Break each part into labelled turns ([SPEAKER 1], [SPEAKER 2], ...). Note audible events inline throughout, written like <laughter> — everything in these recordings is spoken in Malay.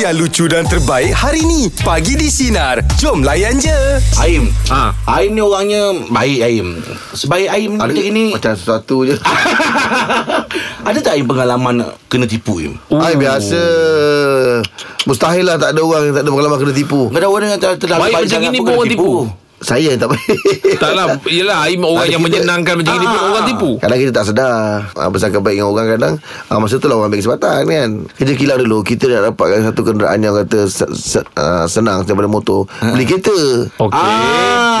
[SPEAKER 1] yang lucu dan terbaik hari ni. Pagi di Sinar. Jom layan je.
[SPEAKER 2] Aim
[SPEAKER 3] Ha.
[SPEAKER 2] Aim ni orangnya Baik Aim Sebaik Aim
[SPEAKER 3] Ada
[SPEAKER 2] Ada ini
[SPEAKER 3] Macam sesuatu je
[SPEAKER 2] <laughs> Ada tak Aim pengalaman Kena tipu Aim
[SPEAKER 4] Oh.
[SPEAKER 3] Ay, Biasa Mustahil lah tak ada orang Yang tak ada pengalaman kena tipu
[SPEAKER 2] Kau ada orang yang ter- terlalu
[SPEAKER 4] Baik macam
[SPEAKER 2] sangat
[SPEAKER 4] gini
[SPEAKER 2] pun
[SPEAKER 4] pun
[SPEAKER 2] kena
[SPEAKER 4] orang tipu.
[SPEAKER 3] Saya yang tak baik
[SPEAKER 4] Tak lah Yelah Aim orang
[SPEAKER 3] Ada kan,
[SPEAKER 4] yang
[SPEAKER 3] kita-
[SPEAKER 4] menyenangkan Macam ini pun
[SPEAKER 2] Ah.
[SPEAKER 4] orang tipu
[SPEAKER 3] Kadang kita tak sedar ha, Bersangka baik dengan orang kadang ha, Masa tu lah orang ambil kesempatan kan Kita kilau dulu Kita nak dapatkan satu kenderaan yang kata se, se, uh, Senang daripada motor Beli kereta
[SPEAKER 4] Okey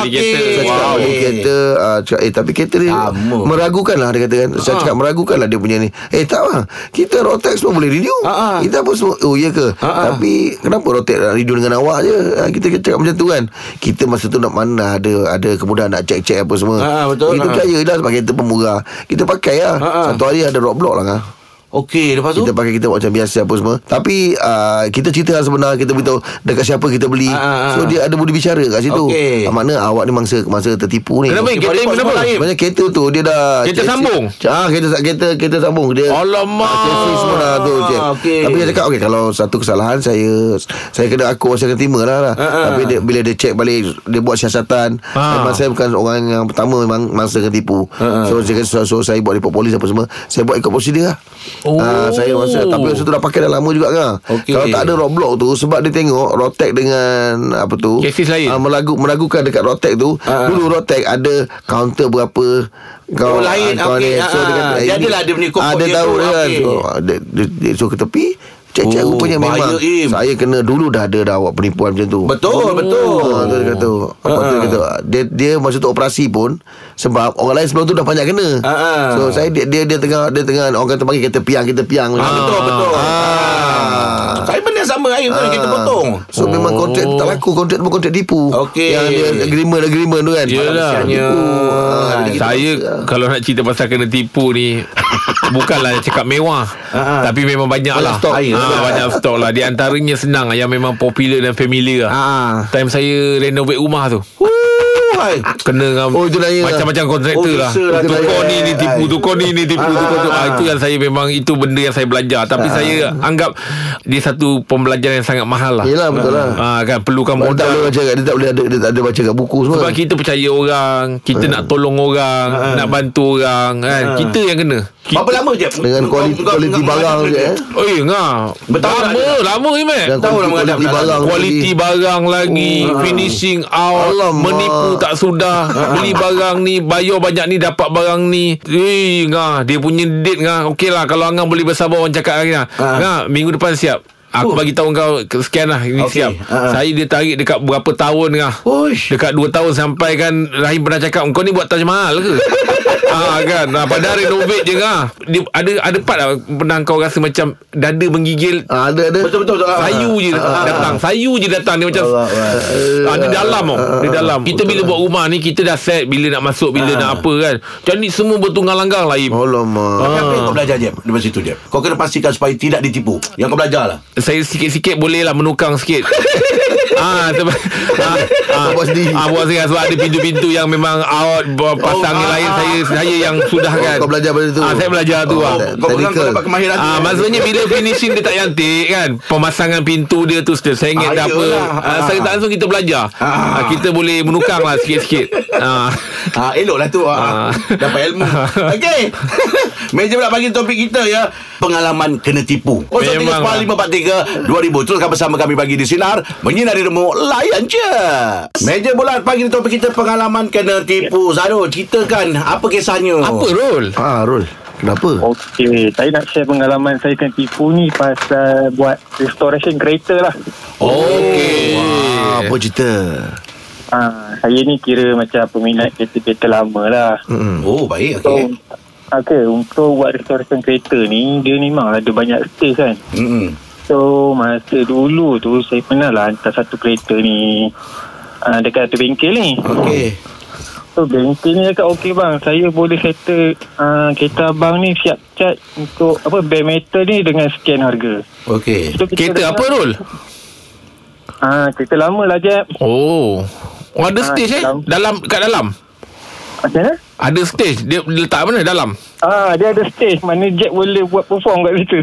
[SPEAKER 2] Ah, okey.
[SPEAKER 4] Beli kereta
[SPEAKER 3] Saya cakap
[SPEAKER 4] Wow
[SPEAKER 2] Wow.
[SPEAKER 3] beli kereta uh, cakap, Eh tapi kereta dia
[SPEAKER 2] Lama. Ah.
[SPEAKER 3] Meragukan lah dia kata kan Saya cakap meragukan lah dia punya ni Eh tak lah Kita Rotex pun boleh renew
[SPEAKER 2] Ah, ah.
[SPEAKER 3] Kita pun semua Oh iya ke
[SPEAKER 2] Ah, ah.
[SPEAKER 3] Tapi kenapa Rotex nak renew dengan awak je Ah, Kita cakap macam tu kan Kita masa tu nak mana Ada ada kemudahan nak cek-cek apa semua
[SPEAKER 2] Ah, ah, betul.
[SPEAKER 3] Kita
[SPEAKER 2] Ah.
[SPEAKER 3] percaya lah sebab kereta pun murah Kita pakai lah
[SPEAKER 2] Ah, ah.
[SPEAKER 3] Satu hari ada roadblock lah kan
[SPEAKER 2] Okey lepas tu
[SPEAKER 3] kita pakai kita buat macam biasa apa semua Tapi uh, Kita cerita hal sebenar Kita beritahu Dekat siapa kita beli
[SPEAKER 2] Ah, ah, ah.
[SPEAKER 3] So dia ada budi bicara kat situ
[SPEAKER 2] Okey.
[SPEAKER 3] Ah, Makna awak ni mangsa Mangsa tertipu ni
[SPEAKER 4] Kenapa Aim? Kereta Aim
[SPEAKER 2] Boleh
[SPEAKER 4] kenapa
[SPEAKER 2] buat
[SPEAKER 4] Aim?
[SPEAKER 3] Banyak kereta tu Dia dah
[SPEAKER 4] Kereta
[SPEAKER 3] cek- cek-
[SPEAKER 4] sambung?
[SPEAKER 3] Ah, kereta, kereta, kereta sambung dia,
[SPEAKER 4] Alamak.
[SPEAKER 3] ah, Chassis semua dah tu cek.
[SPEAKER 2] Ah, Okey.
[SPEAKER 3] Tapi dia cakap okay, Kalau satu kesalahan Saya Saya kena aku Saya kena terima lah, lah.
[SPEAKER 2] ah.
[SPEAKER 3] Tapi dia, bila dia cek balik Dia buat siasatan
[SPEAKER 4] Ah.
[SPEAKER 3] Memang saya bukan orang yang pertama Memang mangsa kena tipu
[SPEAKER 2] Ah,
[SPEAKER 3] So saya so, so, saya buat report polis apa semua Saya buat ikut prosedur lah
[SPEAKER 4] Oh.
[SPEAKER 3] Ah, Saya masa Tapi masa tu dah pakai dah lama juga kan
[SPEAKER 2] Okey.
[SPEAKER 3] Kalau tak ada roadblock tu Sebab dia tengok Rotek dengan Apa tu
[SPEAKER 4] Chassis lain.
[SPEAKER 3] ah, meragu, Meragukan dekat Rotek tu
[SPEAKER 2] Ah.
[SPEAKER 3] Dulu Rotek ada Counter berapa
[SPEAKER 2] Oh,
[SPEAKER 3] kau,
[SPEAKER 2] lain.
[SPEAKER 3] ah, kau
[SPEAKER 2] Okey.
[SPEAKER 3] ni.
[SPEAKER 2] Ah,
[SPEAKER 3] kata,
[SPEAKER 2] dia
[SPEAKER 3] eh,
[SPEAKER 2] ada lah dia punya
[SPEAKER 3] ah,
[SPEAKER 2] kod
[SPEAKER 3] Dia
[SPEAKER 2] dia
[SPEAKER 3] tahu
[SPEAKER 2] tu.
[SPEAKER 3] dia kan
[SPEAKER 2] Okey.
[SPEAKER 3] so, ah, dia, dia, dia suruh ke tepi Cek-cek
[SPEAKER 2] Oh,
[SPEAKER 3] rupanya
[SPEAKER 2] bahaya,
[SPEAKER 3] memang
[SPEAKER 2] Im.
[SPEAKER 3] Saya kena dulu dah ada dah Awak penipuan macam tu
[SPEAKER 2] Betul, betul.
[SPEAKER 3] Ah, tu dia kata Apa tu dia kata Dia, dia masa tu operasi pun Sebab orang lain sebelum tu dah banyak kena
[SPEAKER 2] Ah, ah.
[SPEAKER 3] So saya dia, dia dia tengah dia tengah orang kata panggil kita piang kita piang Ha.
[SPEAKER 2] Ah, Betul betul
[SPEAKER 3] Ah.
[SPEAKER 2] Saya benda sama Aim tu Kita potong
[SPEAKER 3] So oh. memang kontrak tu tak laku Kontrak tu pun kontrak tipu
[SPEAKER 2] Okey.
[SPEAKER 3] Yang dia agreement-agreement tu kan
[SPEAKER 4] Yelah.
[SPEAKER 3] Malaysia-nya. Ah,
[SPEAKER 2] kan,
[SPEAKER 3] jadi kita
[SPEAKER 4] Saya
[SPEAKER 3] paksa.
[SPEAKER 4] Kalau nak cerita pasal kena tipu ni <laughs> Bukanlah cakap mewah
[SPEAKER 2] Ah, ah.
[SPEAKER 4] Tapi memang banyak
[SPEAKER 3] Banyak
[SPEAKER 4] lah
[SPEAKER 3] stok.
[SPEAKER 4] Ah,
[SPEAKER 3] Air.
[SPEAKER 4] Banyak stok lah Di antaranya senang lah, Yang memang popular dan familiar lah.
[SPEAKER 2] Ah.
[SPEAKER 4] Time saya renovate rumah tu
[SPEAKER 2] Hai.
[SPEAKER 4] Kena dengan
[SPEAKER 3] Oh, itu lain lah.
[SPEAKER 4] Macam-macam kontraktor
[SPEAKER 2] Oh,
[SPEAKER 4] lah
[SPEAKER 2] biasa lah tu.
[SPEAKER 4] Tukar ni ni tipu
[SPEAKER 3] Ay.
[SPEAKER 4] Tukar ni ni tipu Tukar tu Ah, Itu yang saya memang Itu benda yang saya belajar Tapi saya anggap Dia satu pembelajaran yang sangat mahal lah
[SPEAKER 3] Yelah betul lah
[SPEAKER 4] Ah kan perlukan
[SPEAKER 3] Dia tak boleh
[SPEAKER 4] modal
[SPEAKER 3] baca kat Dia tak boleh ada Dia tak ada baca kat buku semua
[SPEAKER 4] sebab kita percaya orang Kita nak tolong orang Nak bantu orang kan Kita yang kena kita,
[SPEAKER 2] Berapa lama je
[SPEAKER 3] Dengan kualiti, kualiti barang je eh.
[SPEAKER 4] Eh ngah
[SPEAKER 2] Betul
[SPEAKER 4] Lama
[SPEAKER 2] tak?
[SPEAKER 4] Lama ni Mac
[SPEAKER 3] Dan
[SPEAKER 2] Tahu lah
[SPEAKER 3] kualiti,
[SPEAKER 2] mengadap
[SPEAKER 3] kualiti
[SPEAKER 2] dalam
[SPEAKER 3] barang
[SPEAKER 4] Kualiti barang lagi
[SPEAKER 2] Oh, ah.
[SPEAKER 4] Finishing out
[SPEAKER 3] Alamak.
[SPEAKER 4] Menipu tak sudah
[SPEAKER 2] ah.
[SPEAKER 4] Beli barang ni Bayar banyak ni Dapat barang ni Eh ngah Dia punya date ngah Okey lah Kalau Angang boleh bersabar Orang cakap hari
[SPEAKER 2] Ah,
[SPEAKER 4] lah Ngah minggu depan siap Aku bagi tahu kau ke- Sekian lah Ini
[SPEAKER 2] Oh. Okey.
[SPEAKER 4] siap
[SPEAKER 2] Ah.
[SPEAKER 4] Saya dia tarik Dekat berapa tahun ngah
[SPEAKER 2] Uish.
[SPEAKER 4] Dekat 2 tahun Sampai kan Rahim pernah cakap Kau ni buat Taj Mahal ke <laughs> Ah kan ah, Padahal renovate je ngah Dia ada ada part lah Pernah kau rasa macam Dada menggigil
[SPEAKER 3] Ah, Ada ada
[SPEAKER 2] Betul betul betul. Ah.
[SPEAKER 4] Sayu je datang Sayu je datang Dia macam ah, Dia dalam tau Dia dalam
[SPEAKER 2] Ah,
[SPEAKER 4] Kita bila buat rumah ni Kita dah set Bila nak masuk Bila nak apa kan Macam ni semua bertunggang langgang lah Im.
[SPEAKER 3] ah. Alamak
[SPEAKER 2] Tapi apa yang kau belajar je Daripada situ je Kau kena pastikan Supaya tidak ditipu Yang kau belajar lah
[SPEAKER 4] Saya sikit-sikit boleh lah Menukang
[SPEAKER 3] <laughs>
[SPEAKER 4] sikit Ah, sebab ah, ah,
[SPEAKER 3] Kau buat sendiri.
[SPEAKER 4] Ah, buat sendiri sebab ada pintu-pintu yang memang out pasang yang lain saya saya yang sudah
[SPEAKER 3] ah. Oh,
[SPEAKER 4] kan.
[SPEAKER 3] kau belajar pada tu.
[SPEAKER 4] Ah, saya belajar tu.
[SPEAKER 3] Oh,
[SPEAKER 4] ah.
[SPEAKER 3] tak-
[SPEAKER 2] Kau pegang kau
[SPEAKER 3] Technical.
[SPEAKER 2] dapat kemahiran tu.
[SPEAKER 4] Ah, maksudnya bila finishing dia tak cantik kan Pemasangan pintu dia tu Sudah sengit
[SPEAKER 2] Ah,
[SPEAKER 4] dah apa
[SPEAKER 2] iyalah.
[SPEAKER 4] ah, Saya tak langsung kita belajar
[SPEAKER 2] Ah.
[SPEAKER 4] ah. Kita boleh menukang lah sikit-sikit ah.
[SPEAKER 2] Ah, elok lah tu
[SPEAKER 4] Ah. <laughs>
[SPEAKER 2] ah. Dapat ilmu Okey <laughs> Meja pula bagi topik kita ya Pengalaman kena tipu Oh,
[SPEAKER 4] Memang lah.
[SPEAKER 2] 0345432000 Teruskan bersama kami bagi di Sinar Menyinari Demo Layan je Meja bulat pagi ni topik kita Pengalaman kena tipu Zahrul ceritakan Apa
[SPEAKER 3] Oh.
[SPEAKER 2] kisahnya
[SPEAKER 4] Apa Rul?
[SPEAKER 3] Ah, Rul Kenapa?
[SPEAKER 5] Okey, saya nak share pengalaman saya kena tipu ni pasal buat restoration kereta lah.
[SPEAKER 4] Okey
[SPEAKER 3] Ah, Apa cerita?
[SPEAKER 5] Ha, saya ni kira macam peminat kereta-kereta lama lah.
[SPEAKER 3] Mm-mm.
[SPEAKER 4] Hmm.
[SPEAKER 2] Oh baik
[SPEAKER 5] So,
[SPEAKER 2] okey
[SPEAKER 5] okay, untuk buat restoration kereta ni, dia ni memang ada banyak stage kan.
[SPEAKER 4] Hmm.
[SPEAKER 2] Mm-mm.
[SPEAKER 5] So, masa dulu tu saya pernah lah hantar satu kereta ni uh, dekat satu bengkel ni.
[SPEAKER 2] Okey
[SPEAKER 5] So, bengkel ni cakap, okey bang, saya boleh settle uh, kereta abang ni siap cat untuk apa bare metal ni dengan sekian harga.
[SPEAKER 2] Okey
[SPEAKER 5] So, kita
[SPEAKER 4] Kereta
[SPEAKER 5] dah-
[SPEAKER 4] apa Rul?
[SPEAKER 5] Ah, kereta lama lah Jeb.
[SPEAKER 4] Oh Oh ada
[SPEAKER 5] Ah,
[SPEAKER 4] stage eh?
[SPEAKER 5] dalam.
[SPEAKER 4] Dalam Kat dalam?
[SPEAKER 5] Macam mana?
[SPEAKER 4] Ada stage Dia letak mana? Dalam?
[SPEAKER 5] Ah,
[SPEAKER 3] <laughs>
[SPEAKER 5] dia ada stage mana Jack boleh buat perform kat situ.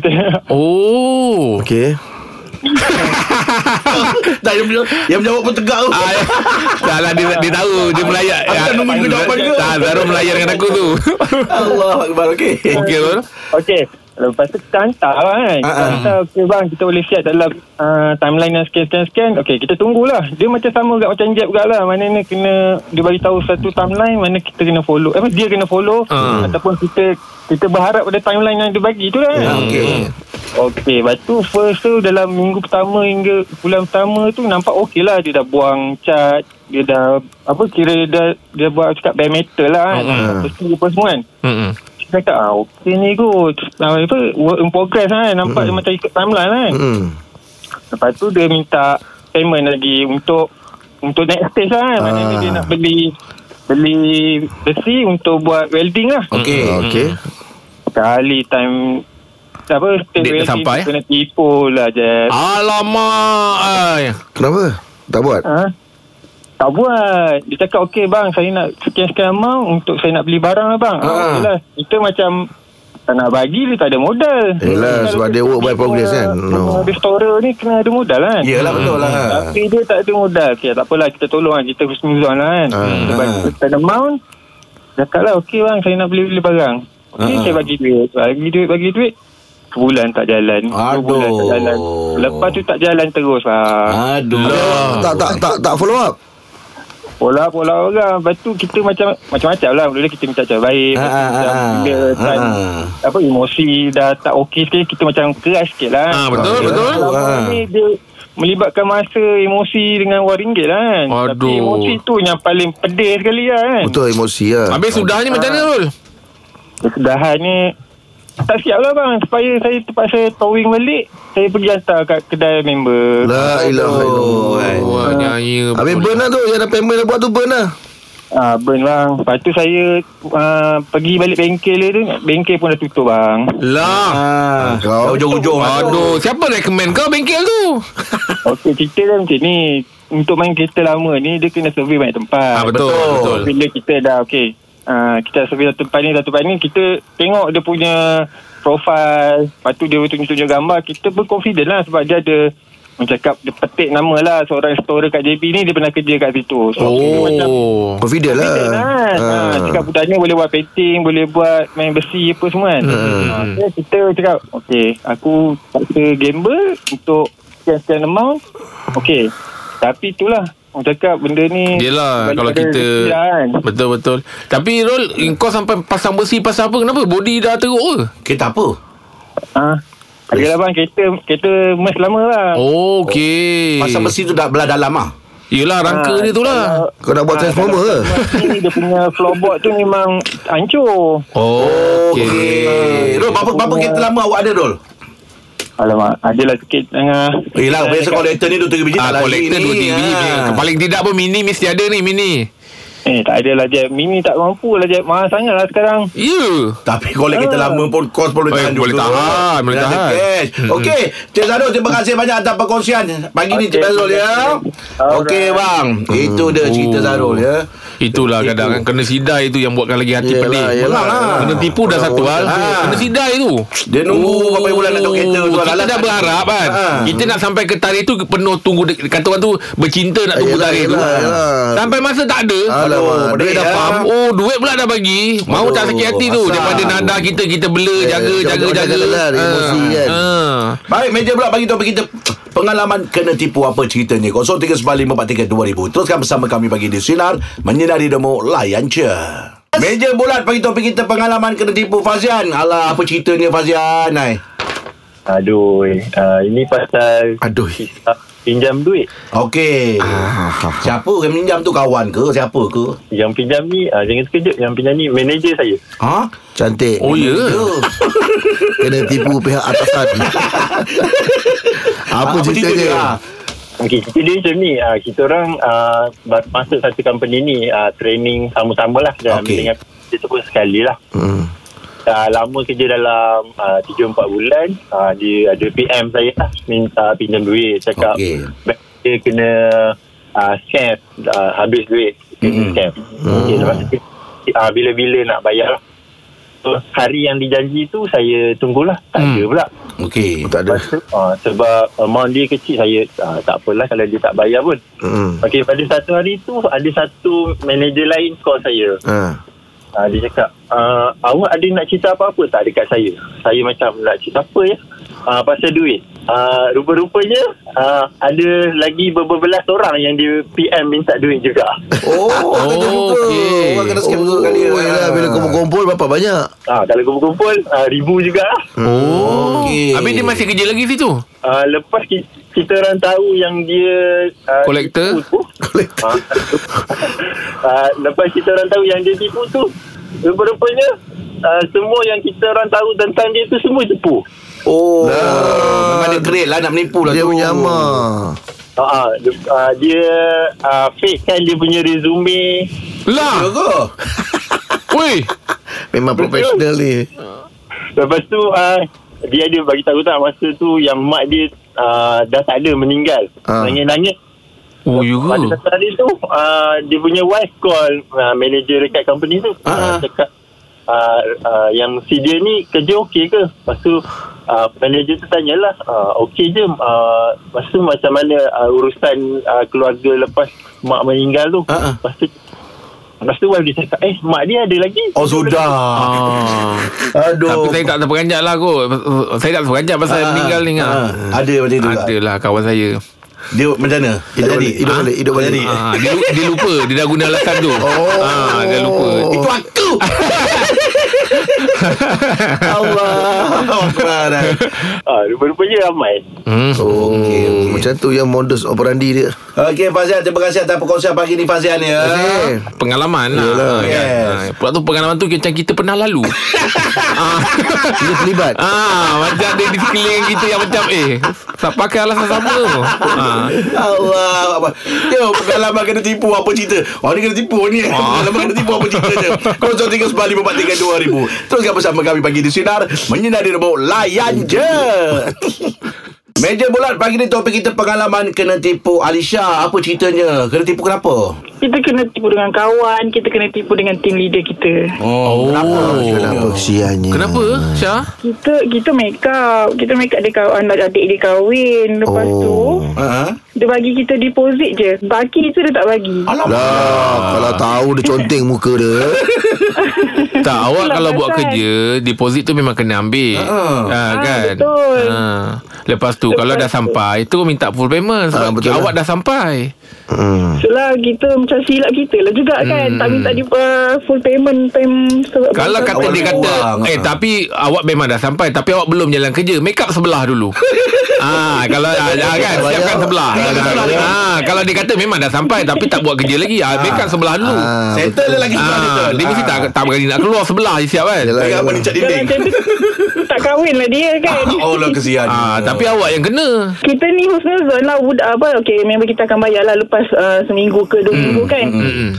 [SPEAKER 4] Oh
[SPEAKER 3] Okey
[SPEAKER 2] Dah yang, menjawab- yang menjawab pun tegak tu.
[SPEAKER 4] Ah, dah lah dia, dia tahu Dia melayak
[SPEAKER 2] Aku dah nunggu kau jawapan ke?
[SPEAKER 4] Tak Zaro melayak dengan aku tu
[SPEAKER 2] Allah Akbar okey.
[SPEAKER 4] Okey Zaro
[SPEAKER 5] Okey Lepas tu kita hantar lah kan Kita
[SPEAKER 2] Ah, ah.
[SPEAKER 5] hantar okay, bang Kita boleh siap dalam uh, Timeline yang scan-scan-scan Okey kita tunggulah Dia macam sama juga Macam jab juga lah Mana ni kena Dia bagi tahu satu timeline Mana kita kena follow Eh dia kena follow
[SPEAKER 4] Ah.
[SPEAKER 5] Ataupun kita Kita berharap pada timeline yang dia bagi tu lah
[SPEAKER 2] Ya.
[SPEAKER 5] kan
[SPEAKER 3] Okey.
[SPEAKER 4] Hmm.
[SPEAKER 5] Okey, lepas tu first tu dalam minggu pertama hingga bulan pertama tu nampak okey lah. Dia dah buang cat, dia dah, apa kira dia dah, dia buat cakap bare metal lah kan.
[SPEAKER 4] Mm-mm.
[SPEAKER 5] Terus tu apa semua kan.
[SPEAKER 4] Mm-mm.
[SPEAKER 5] Dia kata, ah okey ni kot. Ah, apa, work in progress kan. Nampak dia macam ikut timeline kan.
[SPEAKER 3] Hmm.
[SPEAKER 5] Lepas tu dia minta payment lagi untuk untuk next stage lah kan. Maknanya
[SPEAKER 3] Ah.
[SPEAKER 5] dia nak beli beli besi untuk buat welding lah.
[SPEAKER 4] Mm.
[SPEAKER 2] Okey.
[SPEAKER 3] Ah, Okey.
[SPEAKER 5] Kali time apa
[SPEAKER 4] Date
[SPEAKER 5] stage
[SPEAKER 4] dah
[SPEAKER 5] welding
[SPEAKER 4] sampai, eh?
[SPEAKER 5] tu kena tipu lah je.
[SPEAKER 4] Alamak ai.
[SPEAKER 3] Kenapa? Tak buat.
[SPEAKER 5] Ha? Tak buat. Dia cakap, okey bang, saya nak sekian-sekian amount untuk saya nak beli barang lah bang. Ha.
[SPEAKER 2] Ah.
[SPEAKER 5] Okey lah. Kita macam tak nak bagi, dia tak ada modal.
[SPEAKER 3] Yelah,
[SPEAKER 5] Kalau
[SPEAKER 3] sebab
[SPEAKER 5] kita
[SPEAKER 3] dia work by
[SPEAKER 5] tipu,
[SPEAKER 3] progress kan?
[SPEAKER 5] semua
[SPEAKER 3] No. Ya.
[SPEAKER 5] Restorer ni kena ada modal kan.
[SPEAKER 2] Yalah betul lah.
[SPEAKER 5] Tapi dia tak ada modal. Okey, tak apalah. Kita tolong kan. Kita husnuzon lah kan.
[SPEAKER 3] Ah.
[SPEAKER 5] Kita bagi certain amount. Cakap lah, okey bang, saya nak beli-beli barang. Okey,
[SPEAKER 3] Ha.
[SPEAKER 2] Ah.
[SPEAKER 5] saya bagi duit. Bagi duit, bagi duit. Sebulan tak jalan. Dua
[SPEAKER 2] Aduh.
[SPEAKER 5] bulan tak jalan. Lepas tu tak jalan terus lah.
[SPEAKER 3] Ha.
[SPEAKER 2] Aduh.
[SPEAKER 3] Tak tak tak tak follow up.
[SPEAKER 5] Pola-pola orang Lepas tu kita macam Macam-macam lah Mula-mula kita minta cara baik
[SPEAKER 2] Ah,
[SPEAKER 5] Lepas tu
[SPEAKER 2] ah,
[SPEAKER 5] macam
[SPEAKER 2] ah.
[SPEAKER 5] Bila time
[SPEAKER 2] Ah.
[SPEAKER 5] Apa emosi Dah tak okey sikit Kita macam keras sikit lah
[SPEAKER 4] Ah, betul, betul.
[SPEAKER 5] Lama
[SPEAKER 2] Ah.
[SPEAKER 5] ni dia Melibatkan masa Emosi dengan RM2 lah kan Tapi
[SPEAKER 4] Aduh.
[SPEAKER 5] emosi tu Yang paling pedih sekali lah kan
[SPEAKER 3] Betul emosi lah.
[SPEAKER 4] Habis sudahnya macam mana Zul
[SPEAKER 5] Kesudahan ni Tak siap lah bang Supaya saya terpaksa Towing balik Saya pergi hantar Kat kedai member
[SPEAKER 3] La
[SPEAKER 2] Oh,
[SPEAKER 3] ilaha illallah.
[SPEAKER 2] kan.
[SPEAKER 4] Wah, nyanyi
[SPEAKER 3] Habis
[SPEAKER 4] ya, betul.
[SPEAKER 3] burn lah tu Yang ada payment dah buat tu burn lah
[SPEAKER 5] Ah, burn bang Lepas tu saya ah, Pergi balik bengkel dia tu Bengkel pun dah tutup bang
[SPEAKER 4] Lah
[SPEAKER 2] Ah,
[SPEAKER 3] Kau-
[SPEAKER 2] hujung-hujung.
[SPEAKER 4] Aduh, siapa recommend kau bengkel tu?
[SPEAKER 5] Okey, cerita dia macam ni. Untuk main kereta lama ni, dia kena survey banyak
[SPEAKER 4] Ah,
[SPEAKER 5] tempat.
[SPEAKER 4] betul, betul.
[SPEAKER 5] Bila kita dah, okey, uh, kita survey satu tempat ni, satu tempat ni, kita tengok dia punya profil, lepas tu dia tunjuk-tunjuk gambar, kita pun confident lah sebab dia ada mencakap, dia petik nama lah seorang restorer kat JB ni, dia pernah kerja kat situ. So, kita macam
[SPEAKER 4] Oh.
[SPEAKER 3] Confident lah
[SPEAKER 5] Confident
[SPEAKER 4] ah.
[SPEAKER 5] kan ha. Cakap budak ni boleh buat painting Boleh buat main besi apa semua kan
[SPEAKER 4] Hmm.
[SPEAKER 5] ha. so, Kita cakap Okay Aku paksa gamble Untuk sekian-sekian amount Okay Tapi itulah Orang cakap benda ni
[SPEAKER 4] Yelah
[SPEAKER 5] balik
[SPEAKER 4] kalau
[SPEAKER 5] pada
[SPEAKER 4] kita
[SPEAKER 5] rezeki lah kan.
[SPEAKER 4] Betul betul Tapi Rol Kau sampai pasang besi Pasang apa Kenapa Body dah teruk ke
[SPEAKER 2] Kita apa?
[SPEAKER 5] ha. Yelah bang Kereta Kereta mes lama lah
[SPEAKER 4] Oh okay
[SPEAKER 2] Pasal besi tu dah belah dalam ah.
[SPEAKER 4] Yelah rangka
[SPEAKER 5] Ah,
[SPEAKER 4] dia tu lah
[SPEAKER 5] kalau-
[SPEAKER 3] Kau nak buat
[SPEAKER 5] ah,
[SPEAKER 3] transformer
[SPEAKER 5] kalau
[SPEAKER 3] ke?
[SPEAKER 5] transformer ni, Dia punya floorboard tu memang hancur
[SPEAKER 4] Oh okay
[SPEAKER 2] Okey. Rol, berapa berapa kereta lama awak ada Rol?
[SPEAKER 5] Alamak Adalah sikit tengah
[SPEAKER 2] Yelah, Eh, lah, biasa kolektor ni 2 3 biji
[SPEAKER 4] Ah,
[SPEAKER 2] tak lagi
[SPEAKER 4] kolektor
[SPEAKER 2] ni,
[SPEAKER 4] dua tiga biji
[SPEAKER 2] ah.
[SPEAKER 4] punya. Paling tidak pun mini mesti ada ni mini.
[SPEAKER 5] Eh tak ada lah Jeb Mini tak mampu lah Jeb Mahal sangat lah sekarang
[SPEAKER 2] Ya.
[SPEAKER 4] You.
[SPEAKER 2] Tapi kolek kita lama pun Kos pun boleh
[SPEAKER 4] Eh,
[SPEAKER 2] tahan
[SPEAKER 4] boleh
[SPEAKER 2] juga.
[SPEAKER 4] tahan, boleh
[SPEAKER 2] Dah ada
[SPEAKER 4] tahan. Hmm.
[SPEAKER 2] cash. Okey Cik Zarul terima kasih banyak Atas perkongsian Pagi ni Cik
[SPEAKER 5] Okey,
[SPEAKER 2] Zarul ya
[SPEAKER 5] Alright.
[SPEAKER 2] Okey bang Itu dia cerita
[SPEAKER 4] Oh.
[SPEAKER 2] Zarul ya
[SPEAKER 4] Itulah kadang kan kena sidai tu yang buatkan lagi hati
[SPEAKER 3] Yelah,
[SPEAKER 4] pedih.
[SPEAKER 3] yelah.
[SPEAKER 4] Kena tipu dah satu hal.
[SPEAKER 2] Ah.
[SPEAKER 4] Kena sidai tu. Oh,
[SPEAKER 2] Dia nunggu berapa bulan nak tengok kereta tu,
[SPEAKER 4] Kita
[SPEAKER 2] alas-
[SPEAKER 4] dah berharap kan.
[SPEAKER 2] Ah.
[SPEAKER 4] Kita nak sampai ke tarikh tu penuh tunggu de- kata orang tu bercinta nak tunggu
[SPEAKER 3] Yelah,
[SPEAKER 4] tarikh tu. Ah.
[SPEAKER 3] yelah, yelah.
[SPEAKER 4] Sampai masa tak ada.
[SPEAKER 3] Alamak,
[SPEAKER 2] Aduh,
[SPEAKER 3] duit
[SPEAKER 2] pedih, ah.
[SPEAKER 3] dah
[SPEAKER 2] Oh,
[SPEAKER 3] faham.
[SPEAKER 4] Oh duit pula dah bagi Mau tak sakit hati tu
[SPEAKER 2] asal.
[SPEAKER 4] Daripada nada kita Kita bela
[SPEAKER 3] Eh,
[SPEAKER 4] Jaga
[SPEAKER 3] macam-
[SPEAKER 4] Jaga
[SPEAKER 3] macam
[SPEAKER 4] Jaga
[SPEAKER 3] kata lah, dia emosi kan.
[SPEAKER 4] Ah.
[SPEAKER 2] Baik meja pula bagi topik kita Pengalaman kena tipu apa ceritanya 0395432000 Teruskan bersama kami bagi di Sinar Menyinari Demo Layan Cia Meja bulat bagi topik kita pengalaman kena tipu Fazian Alah apa ceritanya Fazian Hai.
[SPEAKER 5] Aduh uh, Ini pasal Ah,
[SPEAKER 3] Aduh
[SPEAKER 5] Pinjam duit
[SPEAKER 2] Okey
[SPEAKER 3] Ah.
[SPEAKER 2] Siapa yang minjam tu kawan ke siapa ke
[SPEAKER 5] Yang pinjam ni uh, Jangan sekejap Yang pinjam ni Manager saya
[SPEAKER 2] Ha?
[SPEAKER 3] Cantik
[SPEAKER 4] Oh ya yeah.
[SPEAKER 3] Kena tipu pihak atasan
[SPEAKER 2] Ah,
[SPEAKER 3] Apa
[SPEAKER 4] Ah.
[SPEAKER 3] ceritanya
[SPEAKER 5] Okay, kita dia macam ni uh, Kita orang uh, ba- Masuk satu company ni uh, Training sama-sama lah Dan
[SPEAKER 2] Okey.
[SPEAKER 5] okay. dengan Dia tu pun sekali lah
[SPEAKER 3] hmm.
[SPEAKER 5] uh, Lama kerja dalam uh, 3-4 bulan uh, Dia ada PM saya lah Minta pinjam duit Cakap
[SPEAKER 2] Okey.
[SPEAKER 5] okay. Dia kena uh, Scam uh, Habis duit Kena
[SPEAKER 2] Mm-mm.
[SPEAKER 5] scam okay, lepas tu, uh, Bila-bila nak bayar lah hari yang dijanji tu saya tunggulah tak hmm. ada pula
[SPEAKER 2] Okey.
[SPEAKER 3] Tak ada
[SPEAKER 5] Lepas tu, uh, sebab amount dia kecil saya uh, tak apalah kalau dia tak bayar pun
[SPEAKER 3] hmm.
[SPEAKER 5] Okey pada satu hari tu ada satu manager lain call saya
[SPEAKER 3] Ha.
[SPEAKER 5] uh, dia cakap uh, awak ada nak cerita apa-apa tak dekat saya saya macam nak cerita apa ya uh, pasal duit uh, rupa-rupanya uh, ada lagi berbelas orang yang dia PM minta duit juga
[SPEAKER 2] Oh, oh kerja
[SPEAKER 4] Oh,
[SPEAKER 2] muka.
[SPEAKER 4] okey.
[SPEAKER 2] Orang kena scam ya. muka kat dia.
[SPEAKER 4] ah.
[SPEAKER 3] Oh, yelah, bila kumpul-kumpul berapa banyak?
[SPEAKER 5] Ah, kalau kumpul-kumpul ah, ribu juga lah.
[SPEAKER 4] Oh
[SPEAKER 2] Okey.
[SPEAKER 4] Habis dia masih kerja lagi situ
[SPEAKER 5] Ah, lepas kita, kita orang tahu yang dia ah,
[SPEAKER 4] Collector?
[SPEAKER 5] tipu tu, ah, ah, <laughs> lepas kita orang tahu yang dia tipu tu, rupa-rupanya ah, semua yang kita orang tahu tentang dia tu semua tipu.
[SPEAKER 2] Oh. Memang dia create lah nak menipu lah
[SPEAKER 3] Dia
[SPEAKER 2] tu.
[SPEAKER 3] menyamar.
[SPEAKER 5] Ah, ah, dia- ah, dia ah, fake kan dia punya resume.
[SPEAKER 2] Ya
[SPEAKER 4] Lah
[SPEAKER 2] ke?
[SPEAKER 4] Weh
[SPEAKER 3] Memang profesional ni.
[SPEAKER 5] Lepas tu ah, dia ada bagi tahu tak masa tu yang mak dia ah, dah tak ada meninggal.
[SPEAKER 3] Ah.
[SPEAKER 5] Nangis-nangis
[SPEAKER 4] Oh you
[SPEAKER 5] Pada
[SPEAKER 4] ke
[SPEAKER 5] satu hari tu uh, Dia punya wife call uh, Manager dekat company tu
[SPEAKER 2] Ah.
[SPEAKER 5] uh, Cakap uh, uh, Yang si dia ni Kerja okey ke Lepas tu uh, Manager tu tanyalah uh, Okey je uh, Lepas tu macam mana uh, Urusan uh, keluarga Lepas mak meninggal tu
[SPEAKER 2] Ah, ah.
[SPEAKER 5] Lepas tu Lepas tu wife dia cakap Eh mak dia ada lagi
[SPEAKER 2] Oh, sudah.
[SPEAKER 4] Ah,
[SPEAKER 2] Aduh.
[SPEAKER 4] tapi saya tak terperanjat lah kot Saya tak terperanjat
[SPEAKER 2] Ah,
[SPEAKER 4] pasal meninggal
[SPEAKER 2] ah.
[SPEAKER 4] ni kan
[SPEAKER 2] Ada macam tu. Ada.
[SPEAKER 4] Adalah kawan saya
[SPEAKER 2] Dia macam mana?
[SPEAKER 3] Hidup
[SPEAKER 2] Tak jadi?
[SPEAKER 3] balik, hidup
[SPEAKER 2] Ha?
[SPEAKER 3] balik, hidup
[SPEAKER 2] Tak
[SPEAKER 3] balik.
[SPEAKER 2] jadi?
[SPEAKER 4] Ah, dia, dia lupa Dia dah guna alasan tu oh. ah, Dia lupa
[SPEAKER 2] <laughs> Itu
[SPEAKER 4] <laughs>
[SPEAKER 2] aku.
[SPEAKER 4] <laughs>
[SPEAKER 2] Allah. Akbar.
[SPEAKER 5] uh, Rupa-rupanya ramai
[SPEAKER 4] hmm.
[SPEAKER 3] Okey,
[SPEAKER 2] okey.
[SPEAKER 3] Oh, Macam tu yang modus operandi dia.
[SPEAKER 2] Okey Fazial, terima kasih atas perkongsian pagi ni Fazial ya.
[SPEAKER 3] Eh,
[SPEAKER 4] Pengalaman lah
[SPEAKER 3] Yalah.
[SPEAKER 4] kan?
[SPEAKER 2] Yes.
[SPEAKER 4] Ah, Pula tu pengalaman tu Macam kita pernah lalu ah,
[SPEAKER 3] dia terlibat.
[SPEAKER 4] ah, Macam dia di sekeliling kita Yang macam Eh tak pakai alasan sama tu ah.
[SPEAKER 2] Ya Allah apa. Yo, pengalaman kena tipu apa cerita? Oh ni kena tipu ni. Pengalaman kena tipu apa ceritanya? 0395432000. Teruskan bersama kami pagi di sinar menyinari rembuk layan je. Meja bulat pagi ni topik kita pengalaman kena tipu Alisha. Apa ceritanya? Kena tipu kenapa?
[SPEAKER 6] Kita kena tipu dengan kawan Kita kena tipu dengan team leader kita
[SPEAKER 4] Oh,
[SPEAKER 2] kenapa?
[SPEAKER 3] Kenapa kesiannya?
[SPEAKER 4] Kenapa Syah?
[SPEAKER 6] Kita kita make up Kita make up dia kawan Adik dia kahwin Lepas oh. tu
[SPEAKER 3] Oh.
[SPEAKER 2] Ha? Uh-huh.
[SPEAKER 6] Dia bagi kita deposit je Baki tu dia tak bagi
[SPEAKER 2] Alamak.
[SPEAKER 3] Lah, kalau tahu dia conteng muka
[SPEAKER 4] <laughs>
[SPEAKER 3] dia.
[SPEAKER 4] Tak awak
[SPEAKER 6] Itulah
[SPEAKER 4] kalau buat
[SPEAKER 6] pasal.
[SPEAKER 4] kerja Deposit tu memang kena ambil
[SPEAKER 2] Ah.
[SPEAKER 4] ah, Kan
[SPEAKER 6] betul.
[SPEAKER 4] Ah. Lepas tu Lepas Kalau dah sampai Tu minta full payment Sebab
[SPEAKER 3] Ah, betul lah.
[SPEAKER 4] awak dah sampai
[SPEAKER 3] Hmm.
[SPEAKER 6] So lah kita macam silap kita lah juga hmm. kan Tak minta dia uh, full payment time sebab
[SPEAKER 4] Kalau
[SPEAKER 6] sebab-
[SPEAKER 4] kata
[SPEAKER 2] Awak
[SPEAKER 4] dia
[SPEAKER 2] lebih
[SPEAKER 4] kata
[SPEAKER 2] kurang,
[SPEAKER 4] Eh
[SPEAKER 2] ah.
[SPEAKER 4] tapi Awak memang dah sampai Tapi awak belum jalan kerja Make up sebelah dulu Ah, kalau ah, ah, kan siapkan sebelah. Ah, kalau dia kata memang dah sampai tapi tak buat kerja lagi, ah, make up sebelah dulu.
[SPEAKER 3] Ah,
[SPEAKER 2] Settle dia lagi sebelah
[SPEAKER 4] Ah,
[SPEAKER 2] settle.
[SPEAKER 4] dia mesti
[SPEAKER 2] Ah.
[SPEAKER 4] tak tak berani nak keluar sebelah je siap kan.
[SPEAKER 3] Yalah,
[SPEAKER 2] Pegang apa ni
[SPEAKER 3] Ya,
[SPEAKER 2] cat
[SPEAKER 6] Kalau
[SPEAKER 2] dinding.
[SPEAKER 6] macam tu Tak kahwin lah dia kan
[SPEAKER 2] Oh lah kesian.
[SPEAKER 4] Ah, tapi awak yang kena.
[SPEAKER 6] Kita ni husnuzon lah Bud, apa, Okay member kita akan bayar lah Lepas uh, seminggu ke dua minggu kan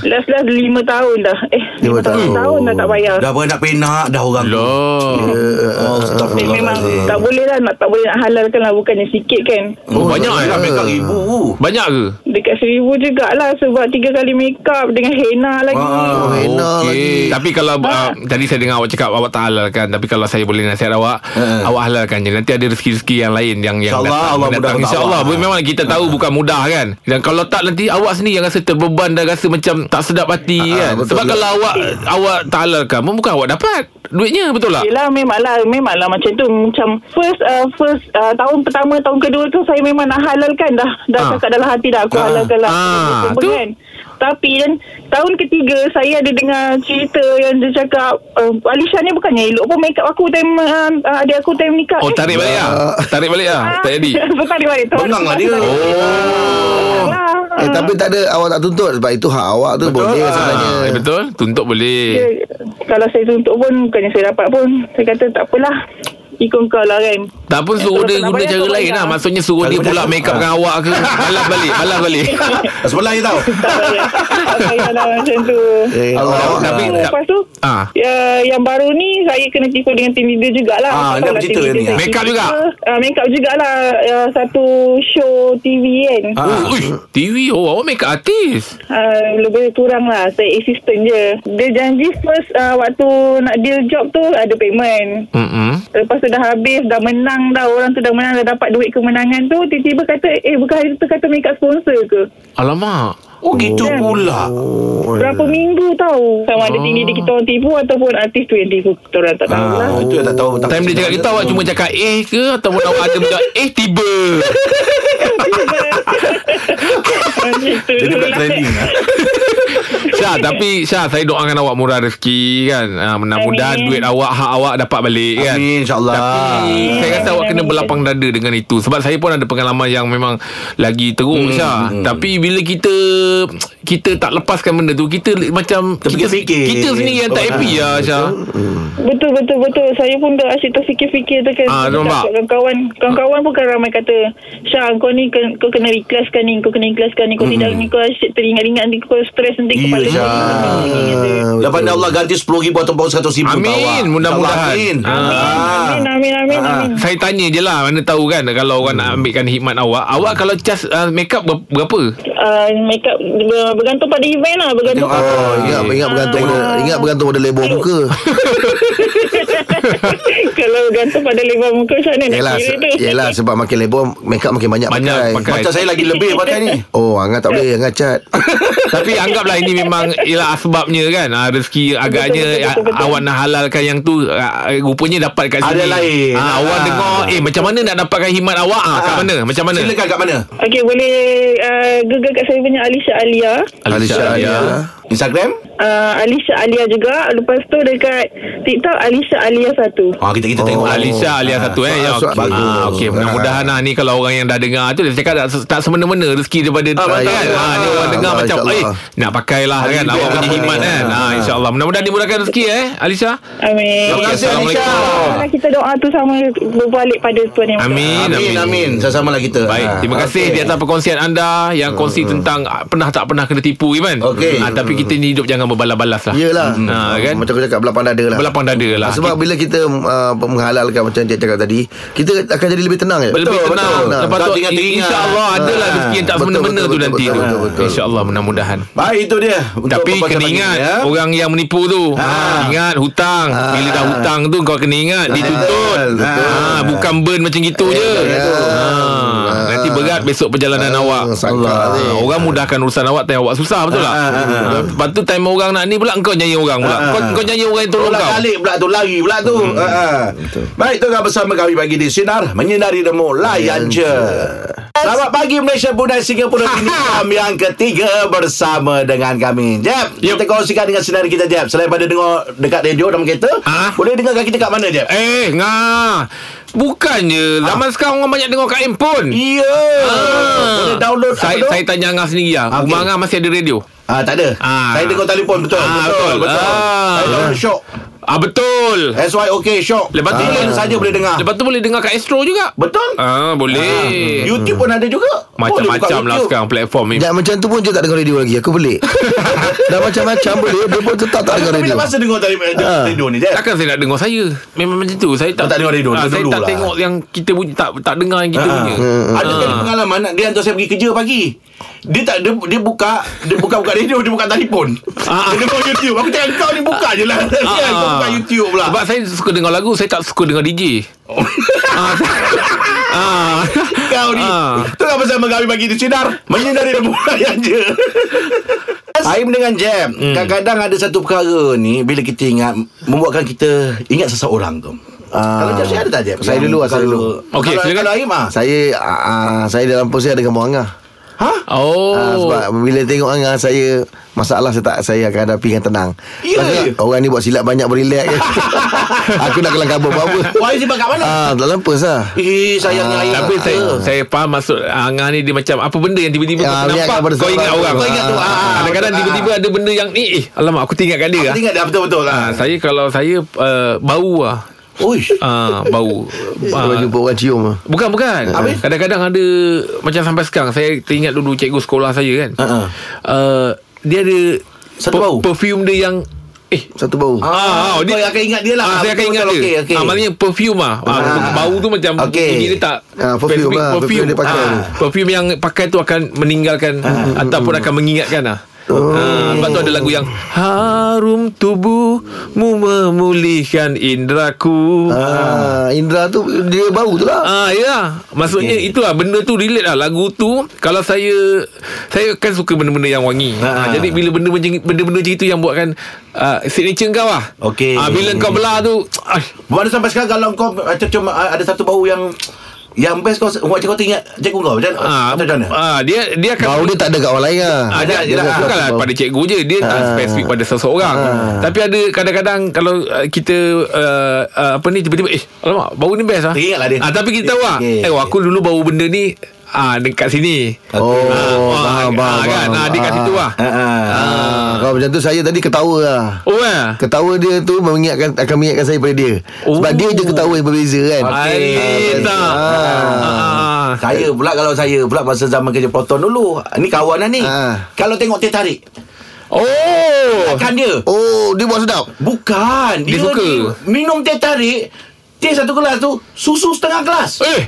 [SPEAKER 6] Last-last lima tahun dah Eh
[SPEAKER 3] Lima
[SPEAKER 6] lima tahun.
[SPEAKER 3] tahun.
[SPEAKER 6] tahun dah tak bayar
[SPEAKER 2] Dah beranak-penak dah orang. tu.
[SPEAKER 3] ya,
[SPEAKER 4] Loh.
[SPEAKER 2] Oh,
[SPEAKER 6] Eh, memang
[SPEAKER 2] astagfirullahalazim.
[SPEAKER 6] tak boleh lah nak, Tak boleh nak halalkan lah Bukannya sikit kan
[SPEAKER 4] Oh, banyak
[SPEAKER 2] tak
[SPEAKER 4] eh.
[SPEAKER 2] nak make up ibu.
[SPEAKER 4] Banyak ke?
[SPEAKER 6] Dekat seribu jugalah Sebab tiga kali make up Dengan henna lagi
[SPEAKER 2] Ah.
[SPEAKER 3] Henna
[SPEAKER 4] Okey.
[SPEAKER 3] lagi.
[SPEAKER 4] Tapi kalau uh, tadi saya dengar awak cakap awak tak halalkan tapi kalau saya boleh nasihat awak
[SPEAKER 2] Ha.
[SPEAKER 4] awak halalkan je. Nanti ada rezeki-rezeki yang lain yang yang
[SPEAKER 2] InsyaAllah,
[SPEAKER 4] datang.
[SPEAKER 2] Allah
[SPEAKER 4] datang.
[SPEAKER 2] mudahkan
[SPEAKER 4] Insya-Allah.
[SPEAKER 2] awak.
[SPEAKER 4] Memang kita tahu bukan mudah kan. Dan kalau tak nanti awak sendiri yang rasa terbeban dan rasa macam tak sedap hati
[SPEAKER 3] Ha, ha,
[SPEAKER 4] kan.
[SPEAKER 3] betul
[SPEAKER 4] Sebab
[SPEAKER 3] lah.
[SPEAKER 4] kalau awak awak tak halalkan pun bukan awak dapat duitnya betul tak?
[SPEAKER 6] Yelah memanglah Memanglah macam tu Macam first uh, first uh, Tahun pertama Tahun kedua tu Saya memang nak halalkan Dah dah
[SPEAKER 4] Ah.
[SPEAKER 6] cakap dalam hati dah Aku
[SPEAKER 2] Ah.
[SPEAKER 6] halalkan lah
[SPEAKER 4] Ah,
[SPEAKER 6] Apa
[SPEAKER 4] tu.
[SPEAKER 6] kan? Tapi dan Tahun ketiga Saya ada dengar cerita Yang dia cakap uh, Alisha ni bukannya elok pun Make up aku time uh, uh, Adik aku time nikah Eh,
[SPEAKER 4] Oh tarik balik lah Tarik balik lah Tak
[SPEAKER 6] <laughs>
[SPEAKER 4] jadi
[SPEAKER 6] Tarik balik Tarik
[SPEAKER 2] Bengang lah dia.
[SPEAKER 6] balik.
[SPEAKER 4] Oh
[SPEAKER 6] Lah.
[SPEAKER 3] Eh, tapi tak ada awak tak tuntut sebab itu hak awak tu
[SPEAKER 2] Betul
[SPEAKER 3] boleh
[SPEAKER 2] lah.
[SPEAKER 3] sebenarnya.
[SPEAKER 4] Ah, eh, Betul Tuntut boleh
[SPEAKER 6] Dia- Kalau saya tuntut pun Bukannya saya dapat pun Saya kata tak apalah ikut kau lah kan
[SPEAKER 4] Tak pun suruh dia guna cara lain lah Maksudnya suruh dia pula make up dengan awak ke Balas balik Balas balik
[SPEAKER 2] Sebelah je tau
[SPEAKER 6] tak
[SPEAKER 2] <laughs>
[SPEAKER 6] payah tak payah lah macam tu
[SPEAKER 3] Eh,
[SPEAKER 2] Allah.
[SPEAKER 4] Tapi
[SPEAKER 6] lepas tu
[SPEAKER 4] Ah.
[SPEAKER 6] ya, Yang baru ni Saya kena tipu dengan team leader jugalah
[SPEAKER 2] Ah, ni
[SPEAKER 6] Sebab
[SPEAKER 2] apa
[SPEAKER 6] lah
[SPEAKER 2] cerita
[SPEAKER 6] team leader
[SPEAKER 2] ni?
[SPEAKER 6] saya
[SPEAKER 4] Make up
[SPEAKER 6] tipu.
[SPEAKER 4] juga?
[SPEAKER 6] Ah, Make up jugalah uh, Satu show TV kan
[SPEAKER 2] Ah.
[SPEAKER 4] Oh, uish, TV oh, awak make up artist
[SPEAKER 6] Uh, lebih kurang lah Saya assistant je Dia janji first uh, Waktu nak deal job tu Ada payment
[SPEAKER 4] Mm-mm.
[SPEAKER 6] Lepas tu dah habis Dah menang dah Orang tu dah menang Dah dapat duit kemenangan tu Tiba-tiba kata Eh bukan hari tu kata make up sponsor ke Kan?
[SPEAKER 4] Alamak
[SPEAKER 2] Oh gitu pula
[SPEAKER 6] Berapa minggu tau Sama ada tinggi dia kita orang tipu Ataupun artis tu yang tipu Kita orang tak tahu lah
[SPEAKER 2] Ah, itu yang tak tahu tak
[SPEAKER 4] Time dia cakap kita awak cuma cakap eh ke Ataupun awak ada <laughs> macam eh tiba
[SPEAKER 6] <laughs>
[SPEAKER 2] Dia dekat training lah
[SPEAKER 4] Syah tapi Syah saya doakan awak murah rezeki kan ah, Mudah-mudahan
[SPEAKER 6] Amin.
[SPEAKER 4] duit awak hak awak dapat balik kan
[SPEAKER 2] Amin insyaAllah
[SPEAKER 4] Tapi saya rasa awak kena berlapang dada dengan itu Sebab saya pun ada pengalaman yang memang Lagi teruk hmm, Syah Tapi bila kita Kita tak lepaskan benda tu Kita li- macam Kita,
[SPEAKER 2] Terfikir-fikir.
[SPEAKER 4] kita sendiri yang tak happy lah Syah
[SPEAKER 6] Betul betul betul Saya pun dah asyik terfikir-fikir tu kan
[SPEAKER 4] Ah, nampak?
[SPEAKER 6] Cakap Kawan-kawan Kawan-kawan pun kan ramai kata Syah kau ni ke- Kau kena ikhlaskan ni Kau kena ikhlaskan ni Kau tidak ni Kau asyik teringat-ingat ni Kau stres nanti
[SPEAKER 2] Iya
[SPEAKER 6] kepala kau
[SPEAKER 2] Syah
[SPEAKER 6] ni, kata.
[SPEAKER 2] Dah pandai Allah ganti RM10,000 atau RM100,000
[SPEAKER 4] Amin, mudah-mudahan.
[SPEAKER 2] Amin
[SPEAKER 4] Ah.
[SPEAKER 6] Amin amin amin amin
[SPEAKER 4] Saya tanya je lah Mana tahu kan Kalau orang nak ambilkan hikmat awak Awak kalau cas uh, make up ber- berapa?
[SPEAKER 6] uh, Make up ber- Bergantung pada event lah Bergantung pada
[SPEAKER 4] ah.
[SPEAKER 2] Oh,
[SPEAKER 3] Ingat, ingat bergantung pada ingat bergantung pada label
[SPEAKER 4] <laughs>
[SPEAKER 3] muka.
[SPEAKER 6] <laughs> Kalau bergantung pada lebar muka Macam mana nak
[SPEAKER 3] Yalah,
[SPEAKER 6] kira
[SPEAKER 3] se-
[SPEAKER 6] tu
[SPEAKER 3] yalah sebab makin label makeup makin banyak,
[SPEAKER 4] Banyak
[SPEAKER 3] pakai.
[SPEAKER 4] pakai.
[SPEAKER 2] Macam Ah. saya lagi lebih pakai ni
[SPEAKER 3] Oh, Angah tak boleh Angah cat.
[SPEAKER 4] Tapi anggaplah ini memang ialah sebabnya kan ah, Rezeki agaknya
[SPEAKER 6] betul,
[SPEAKER 4] ah,
[SPEAKER 6] betul, betul.
[SPEAKER 4] awak nak halalkan yang tu ah, Rupanya dapat kat sini
[SPEAKER 2] Ada lain.
[SPEAKER 4] ah, Awak
[SPEAKER 2] Ah.
[SPEAKER 4] dengar Eh macam mana nak dapatkan himat awak ah, Kat
[SPEAKER 2] Ah.
[SPEAKER 4] mana? Macam mana?
[SPEAKER 2] Silakan kat mana
[SPEAKER 6] Okay boleh uh, Google kat saya punya Alisha Alia
[SPEAKER 4] ya.
[SPEAKER 3] Alisha Alia.
[SPEAKER 2] Instagram
[SPEAKER 6] uh, Alisha Alia juga Lepas tu dekat TikTok Alisha Alia 1
[SPEAKER 2] Ah kita kita
[SPEAKER 3] Oh.
[SPEAKER 2] tengok
[SPEAKER 4] Alisha Alia satu eh ya,
[SPEAKER 3] soal- soal
[SPEAKER 4] okay.
[SPEAKER 3] bagus.
[SPEAKER 4] ah, okay. Mudah-mudahan lah ni Kalau orang yang dah dengar tu Dia cakap tak, tak semena-mena Rezeki daripada ah,
[SPEAKER 3] betul.
[SPEAKER 4] kan? ah, Ni orang
[SPEAKER 3] Ah,
[SPEAKER 4] dengar
[SPEAKER 3] Allah,
[SPEAKER 4] macam Eh
[SPEAKER 3] insyaAllah.
[SPEAKER 4] nak pakailah
[SPEAKER 2] Hari
[SPEAKER 4] kan
[SPEAKER 2] ni
[SPEAKER 4] Awak punya
[SPEAKER 2] apa
[SPEAKER 4] himat
[SPEAKER 2] ni?
[SPEAKER 4] kan ah, InsyaAllah Mudah-mudahan dimudahkan rezeki eh Alisha
[SPEAKER 6] Amin
[SPEAKER 4] Okey,
[SPEAKER 2] kasih,
[SPEAKER 4] Assalamualaikum
[SPEAKER 6] Kalau kita doa tu sama berbalik pada Tuhan yang Maha
[SPEAKER 4] Amin
[SPEAKER 2] Amin amin Sama-sama lah kita
[SPEAKER 4] Baik,
[SPEAKER 2] Ah.
[SPEAKER 4] terima kasih di atas perkongsian anda yang kongsi
[SPEAKER 3] Hmm.
[SPEAKER 4] tentang ah, pernah tak pernah kena tipu kan.
[SPEAKER 2] Okey.
[SPEAKER 4] Ah, tapi kita ni hidup jangan berbalas-balas lah.
[SPEAKER 3] Yalah.
[SPEAKER 4] Ah, kan?
[SPEAKER 3] Macam aku cakap belapang dada lah.
[SPEAKER 4] Berlapang dada lah.
[SPEAKER 3] Sebab bila kita uh, menghalalkan macam Jack cakap tadi, kita akan jadi lebih tenang ya.
[SPEAKER 4] Betul, lebih tenang.
[SPEAKER 3] tenang.
[SPEAKER 4] Lepas
[SPEAKER 2] Tak
[SPEAKER 4] tu
[SPEAKER 2] teringat-teringat.
[SPEAKER 4] insya-Allah adalah
[SPEAKER 3] Ah,
[SPEAKER 4] lah rezeki yang tak
[SPEAKER 3] betul,
[SPEAKER 4] semena-mena
[SPEAKER 3] betul,
[SPEAKER 4] tu
[SPEAKER 3] betul,
[SPEAKER 4] nanti
[SPEAKER 3] betul,
[SPEAKER 4] tu.
[SPEAKER 3] betul, betul.
[SPEAKER 4] Insya-Allah mudah-mudahan.
[SPEAKER 2] Baik itu dia Untuk
[SPEAKER 4] Tapi
[SPEAKER 2] perkongsian
[SPEAKER 4] kena
[SPEAKER 2] pagi ni,
[SPEAKER 4] ingat
[SPEAKER 2] ya. Ha.
[SPEAKER 4] Orang yang menipu tu ha. Ingat hutang Bila dah hutang tu Kau kena ingat Dituntut
[SPEAKER 3] betul.
[SPEAKER 4] ha. Bukan burn macam gitu
[SPEAKER 2] Ya,
[SPEAKER 4] je ha. Nanti berat Besok perjalanan
[SPEAKER 2] Ha.
[SPEAKER 4] awak
[SPEAKER 3] sangka ni.
[SPEAKER 4] Ha, orang mudahkan urusan awak Time awak
[SPEAKER 2] Ha,
[SPEAKER 4] susah betul tak Ha. Lepas tu time orang nak ni pula Kau nyanyi orang pula
[SPEAKER 2] ha,
[SPEAKER 4] Kau, kau nyanyi orang yang tolong
[SPEAKER 2] Tolak
[SPEAKER 4] kau Hmm,
[SPEAKER 2] balik pula tu Lari pula tu Ah, ah. Baik tengah bersama kami Pagi di Sinar Menyinari Demo Layan je Selamat pagi Malaysia Brunei Singapura
[SPEAKER 4] Ha,
[SPEAKER 2] Vietnam Yang ketiga Bersama dengan kami Jeb
[SPEAKER 4] Yup.
[SPEAKER 2] Kita kongsikan dengan sinar kita Jeb Selain pada dengar Dekat radio dalam kereta
[SPEAKER 4] Ah.
[SPEAKER 2] Boleh dengarkan kita kat mana Jeb?
[SPEAKER 4] Eh ngah
[SPEAKER 2] Ah.
[SPEAKER 4] Bukannya Zaman sekarang orang banyak dengar kat handphone
[SPEAKER 2] Ya Boleh download apa
[SPEAKER 4] Ah. saya,
[SPEAKER 2] tu?
[SPEAKER 4] saya tanya Angah sendiri lah
[SPEAKER 2] Okey.
[SPEAKER 4] Rumah Angah masih ada radio
[SPEAKER 2] Ah tak ada.
[SPEAKER 4] Ah.
[SPEAKER 2] Saya dengar telefon betul.
[SPEAKER 4] Ah,
[SPEAKER 2] betul.
[SPEAKER 4] betul.
[SPEAKER 2] betul.
[SPEAKER 4] Ah.
[SPEAKER 2] Saya download syok.
[SPEAKER 4] Ah betul
[SPEAKER 2] That's why okay syok.
[SPEAKER 4] Lepas tu
[SPEAKER 2] Bila
[SPEAKER 4] boleh-
[SPEAKER 2] saja boleh dengar.
[SPEAKER 4] Lepas tu boleh dengar kat Astro juga
[SPEAKER 2] Betul?
[SPEAKER 4] Ah boleh.
[SPEAKER 2] YouTube pun ada juga. Boleh
[SPEAKER 4] Macam-macam
[SPEAKER 2] buka
[SPEAKER 4] lah
[SPEAKER 2] YouTube.
[SPEAKER 4] sekarang platform ni.
[SPEAKER 3] Dah macam tu pun dia tak dengar radio lagi. Aku
[SPEAKER 4] <laughs>
[SPEAKER 3] pelik. Dah macam-macam boleh dia pun tetap tak
[SPEAKER 2] Tapi
[SPEAKER 3] dengar
[SPEAKER 2] bila
[SPEAKER 3] radio.
[SPEAKER 2] masa dengar tadi
[SPEAKER 3] Ah.
[SPEAKER 2] radio ni je.
[SPEAKER 4] Takkan saya nak dengar saya. Memang macam tu. Saya tak,
[SPEAKER 2] Oh, tak dengar radio.
[SPEAKER 4] Ah,
[SPEAKER 2] Dulu
[SPEAKER 4] saya tak
[SPEAKER 2] lah. Ah.
[SPEAKER 4] tengok yang kita bunyi tak tak dengar yang kita punya.
[SPEAKER 2] Ada kali
[SPEAKER 4] Ah.
[SPEAKER 2] pengalaman nak- dia hantar saya pergi kerja pagi. Dia tak dia, dia buka dia buka buka radio dia buka telefon.
[SPEAKER 4] Ah.
[SPEAKER 2] Dia dengar YouTube. Aku cakap kau ni buka je lah. Dia <laughs> kau buka YouTube pula.
[SPEAKER 4] Sebab saya suka dengar lagu, saya tak suka dengar DJ. ah, ah.
[SPEAKER 2] Kau ni
[SPEAKER 4] Ah.
[SPEAKER 2] Tengah bersama kami bagi di Sinar Menyinari dan yang je Aim dengan Jam hmm. Kadang-kadang ada satu perkara ni Bila kita ingat Membuatkan kita Ingat seseorang tu
[SPEAKER 3] Ah.
[SPEAKER 2] Kalau Jam saya ada tak Jam?
[SPEAKER 3] Saya
[SPEAKER 2] Yang
[SPEAKER 3] dulu lah, saya
[SPEAKER 2] kalau-
[SPEAKER 3] dulu.
[SPEAKER 4] Okey,
[SPEAKER 2] kalau,
[SPEAKER 4] silakan.
[SPEAKER 2] Kalau Aim ah.
[SPEAKER 3] Saya ah, ah, saya dalam pos saya ada kamu Angah.
[SPEAKER 2] Ha?
[SPEAKER 4] Oh.
[SPEAKER 3] Ah, sebab bila tengok Angah saya masalah saya tak saya akan hadapi dengan tenang.
[SPEAKER 2] Ya,
[SPEAKER 3] Pasal
[SPEAKER 2] ya.
[SPEAKER 3] Orang ni buat silap banyak berelax.
[SPEAKER 4] <laughs>
[SPEAKER 3] Aku nak kelang kabut apa-apa.
[SPEAKER 2] Wah Aim simpan kat mana?
[SPEAKER 3] Ah, dalam pos lah.
[SPEAKER 2] Eh sayangnya Aim
[SPEAKER 4] Ah. Tapi saya saya faham maksud Angah ni dia macam apa benda yang tiba-tiba
[SPEAKER 3] Ah,
[SPEAKER 4] kau
[SPEAKER 3] ingat
[SPEAKER 4] nampak
[SPEAKER 3] pada
[SPEAKER 4] kau
[SPEAKER 3] sebab
[SPEAKER 4] ingat
[SPEAKER 3] tu.
[SPEAKER 4] orang.
[SPEAKER 2] Kau ingat tu, ah, ah,
[SPEAKER 4] Kadang-kadang
[SPEAKER 2] betul,
[SPEAKER 4] tiba-tiba ada benda yang eh eh alamak aku teringat kat dia.
[SPEAKER 2] Ingat dah betul-betul lah
[SPEAKER 4] Ah, saya kalau saya uh, eh, bau lah.
[SPEAKER 2] Uish.
[SPEAKER 4] Ah, bau.
[SPEAKER 3] Kalau
[SPEAKER 4] Ah,
[SPEAKER 3] jumpa orang cium ah.
[SPEAKER 4] Bukan bukan Kadang-kadang ada Macam sampai sekarang Saya teringat dulu Cikgu sekolah saya kan
[SPEAKER 2] Ha-ha.
[SPEAKER 4] uh, Dia ada
[SPEAKER 2] Satu bau?
[SPEAKER 4] Perfume dia yang Eh
[SPEAKER 3] Satu bau
[SPEAKER 2] Ah,
[SPEAKER 4] Ah,
[SPEAKER 2] kau akan ingat dia lah.
[SPEAKER 4] ah, Saya akan
[SPEAKER 2] Betul,
[SPEAKER 4] ingat
[SPEAKER 2] betul.
[SPEAKER 4] dia
[SPEAKER 2] Okey, okey.
[SPEAKER 4] ah, Maknanya perfume lah ah,
[SPEAKER 2] Ah.
[SPEAKER 4] Bau tu macam
[SPEAKER 2] Okey.
[SPEAKER 4] Bunyi dia tak
[SPEAKER 3] Ah, perfume
[SPEAKER 4] specific
[SPEAKER 3] lah. Perfume dia pakai.
[SPEAKER 4] Ah, Perfume yang pakai tu akan meninggalkan
[SPEAKER 2] Ah.
[SPEAKER 4] Ataupun akan mengingatkan lah Oh. Ha, sebab tu ada lagu yang Harum tubuhmu memulihkan indraku
[SPEAKER 3] Ah, Indra tu dia bau tu lah.
[SPEAKER 4] Ah ya, maksudnya okay. itulah benda tu relate lah lagu tu. Kalau saya saya kan suka benda-benda yang wangi.
[SPEAKER 2] Ha.
[SPEAKER 4] Ha. jadi bila benda macam benda-benda macam itu yang buatkan uh, signature kau lah.
[SPEAKER 2] Okey.
[SPEAKER 4] Ah bila kau belah tu ah,
[SPEAKER 2] Mana sampai sekarang kalau kau macam cuma ah, ada satu bau yang yang best kau macam kau teringat cikgu kau macam
[SPEAKER 4] ah,
[SPEAKER 2] macam mana?
[SPEAKER 4] ah dia dia akan
[SPEAKER 3] Bau dia tak ada kat orang lain lah.
[SPEAKER 4] ada
[SPEAKER 2] Ada
[SPEAKER 4] je
[SPEAKER 2] je
[SPEAKER 4] lah
[SPEAKER 2] lah.
[SPEAKER 4] Bukanlah
[SPEAKER 3] Bau.
[SPEAKER 4] pada cikgu je Dia tak
[SPEAKER 3] Ah.
[SPEAKER 4] spesifik pada seseorang Tapi ada kadang-kadang Kalau uh, kita uh, uh, Apa ni Tiba-tiba Eh alamak Bau ni best lah
[SPEAKER 2] Teringat lah dia.
[SPEAKER 4] ah, Tapi kita tahu lah
[SPEAKER 2] Okey.
[SPEAKER 4] Eh wah, aku dulu bau benda ni Ah, dekat sini
[SPEAKER 3] Oh,
[SPEAKER 4] ah,
[SPEAKER 3] faham, faham,
[SPEAKER 4] ah, kan,
[SPEAKER 3] faham.
[SPEAKER 4] ah, Dekat
[SPEAKER 3] Ah,
[SPEAKER 4] situ lah
[SPEAKER 2] Ah, ah.
[SPEAKER 3] Ah, kalau macam tu saya tadi ketawa lah.
[SPEAKER 4] Oh eh
[SPEAKER 3] Ketawa dia tu mengingatkan akan mengingatkan saya pada dia. Sebab
[SPEAKER 4] Oh.
[SPEAKER 3] dia je ketawa yang berbeza kan.
[SPEAKER 4] Air
[SPEAKER 3] Ah,
[SPEAKER 4] tak Ah.
[SPEAKER 2] Saya pula kalau saya pula masa zaman kerja proton dulu. Ni kawan lah ni.
[SPEAKER 4] Ha.
[SPEAKER 3] Ah.
[SPEAKER 2] Kalau tengok teh tarik.
[SPEAKER 4] Oh
[SPEAKER 2] Kan dia.
[SPEAKER 3] Oh, dia buat sedap.
[SPEAKER 2] Bukan.
[SPEAKER 4] Dia suka.
[SPEAKER 2] ni minum teh tarik. Teh satu gelas tu. Susu setengah gelas.
[SPEAKER 4] Eh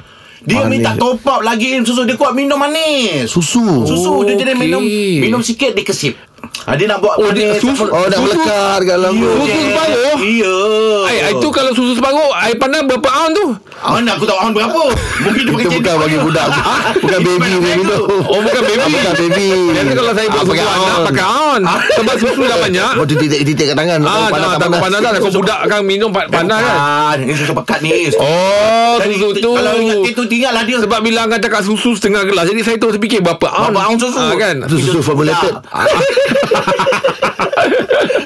[SPEAKER 2] Dia
[SPEAKER 3] Manis.
[SPEAKER 2] minta top up lagi in susu. Dia kuat minum manis.
[SPEAKER 3] Susu.
[SPEAKER 2] Susu dia jadi
[SPEAKER 4] Okey.
[SPEAKER 2] minum minum sikit dia kesip. Ha, dia nak buat
[SPEAKER 4] Oh, dia
[SPEAKER 2] manis.
[SPEAKER 4] susu-
[SPEAKER 3] Oh, dah
[SPEAKER 4] Susu.
[SPEAKER 3] melekat kat dalam.
[SPEAKER 2] Ya,
[SPEAKER 4] Susu
[SPEAKER 2] Jack.
[SPEAKER 4] separuh?
[SPEAKER 2] Ya
[SPEAKER 4] Air, air tu kalau susu separuh Air pandai berapa aun tu
[SPEAKER 2] Mana aku tak faham berapa Mungkin dia pakai
[SPEAKER 3] Itu bukan bagi
[SPEAKER 2] <laughs>
[SPEAKER 4] <laughs>
[SPEAKER 3] budak. Ah, Bukan baby dia minum.
[SPEAKER 4] Oh bukan baby
[SPEAKER 3] Ah, bukan baby.
[SPEAKER 4] Biasa kalau saya buat
[SPEAKER 3] Ah,
[SPEAKER 4] susu anak Pakai aun Sebab susu dah banyak
[SPEAKER 3] Oh, titik-titik kat tangan.
[SPEAKER 4] Ah,
[SPEAKER 3] Kau
[SPEAKER 4] dah, dah, kau panas dah. Kau budak kan minum pa- panas kan.
[SPEAKER 2] Bukan Ini susu pekat Ah, ni
[SPEAKER 4] Oh,
[SPEAKER 2] Jadi,
[SPEAKER 4] susu
[SPEAKER 2] ti-
[SPEAKER 4] tu.
[SPEAKER 2] Kalau ingat itu Ingat lah dia
[SPEAKER 4] Sebab bila Angah cakap susu setengah gelas, jadi saya terus fikir berapa aun.
[SPEAKER 2] Berapa aun susu?
[SPEAKER 4] Ah, kan?
[SPEAKER 3] Itu susu formulated.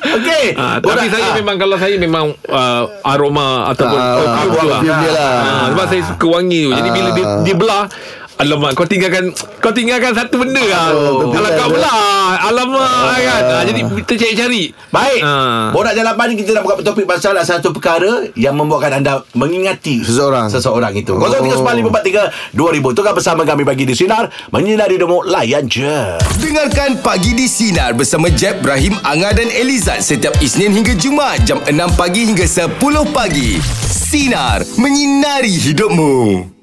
[SPEAKER 2] Okey
[SPEAKER 4] Ah, tapi
[SPEAKER 2] Orang-
[SPEAKER 4] saya
[SPEAKER 2] ah.
[SPEAKER 4] memang kalau saya memang ah, aroma ataupun
[SPEAKER 3] Ah,
[SPEAKER 4] perfume tu lah.
[SPEAKER 3] perfume dia lah.
[SPEAKER 4] Ah, sebab saya suka wangi tu. Jadi bila dia,
[SPEAKER 3] Ah.
[SPEAKER 4] dia belah Alamak kau tinggalkan Kau tinggalkan satu benda lah
[SPEAKER 3] Aduh,
[SPEAKER 4] Kalau
[SPEAKER 3] tertinggal
[SPEAKER 4] kau
[SPEAKER 3] tu.
[SPEAKER 4] belah Alamak kan ah, Jadi kita cari-cari
[SPEAKER 2] Baik
[SPEAKER 4] Ah.
[SPEAKER 2] Borak Jalan Padi Kita nak buka topik pasal Satu perkara Yang membuatkan anda Mengingati
[SPEAKER 3] Seseorang.
[SPEAKER 2] Seseorang itu 0395432000 Tukar bersama kami Bagi di Sinar Menyinari Demo Layan je
[SPEAKER 1] Dengarkan Pagi di Sinar bersama Jeb, Ibrahim, Anga dan Elizad setiap Isnin hingga Jumaat jam 6 pagi hingga 10 pagi. Sinar. Menyinari hidupmu.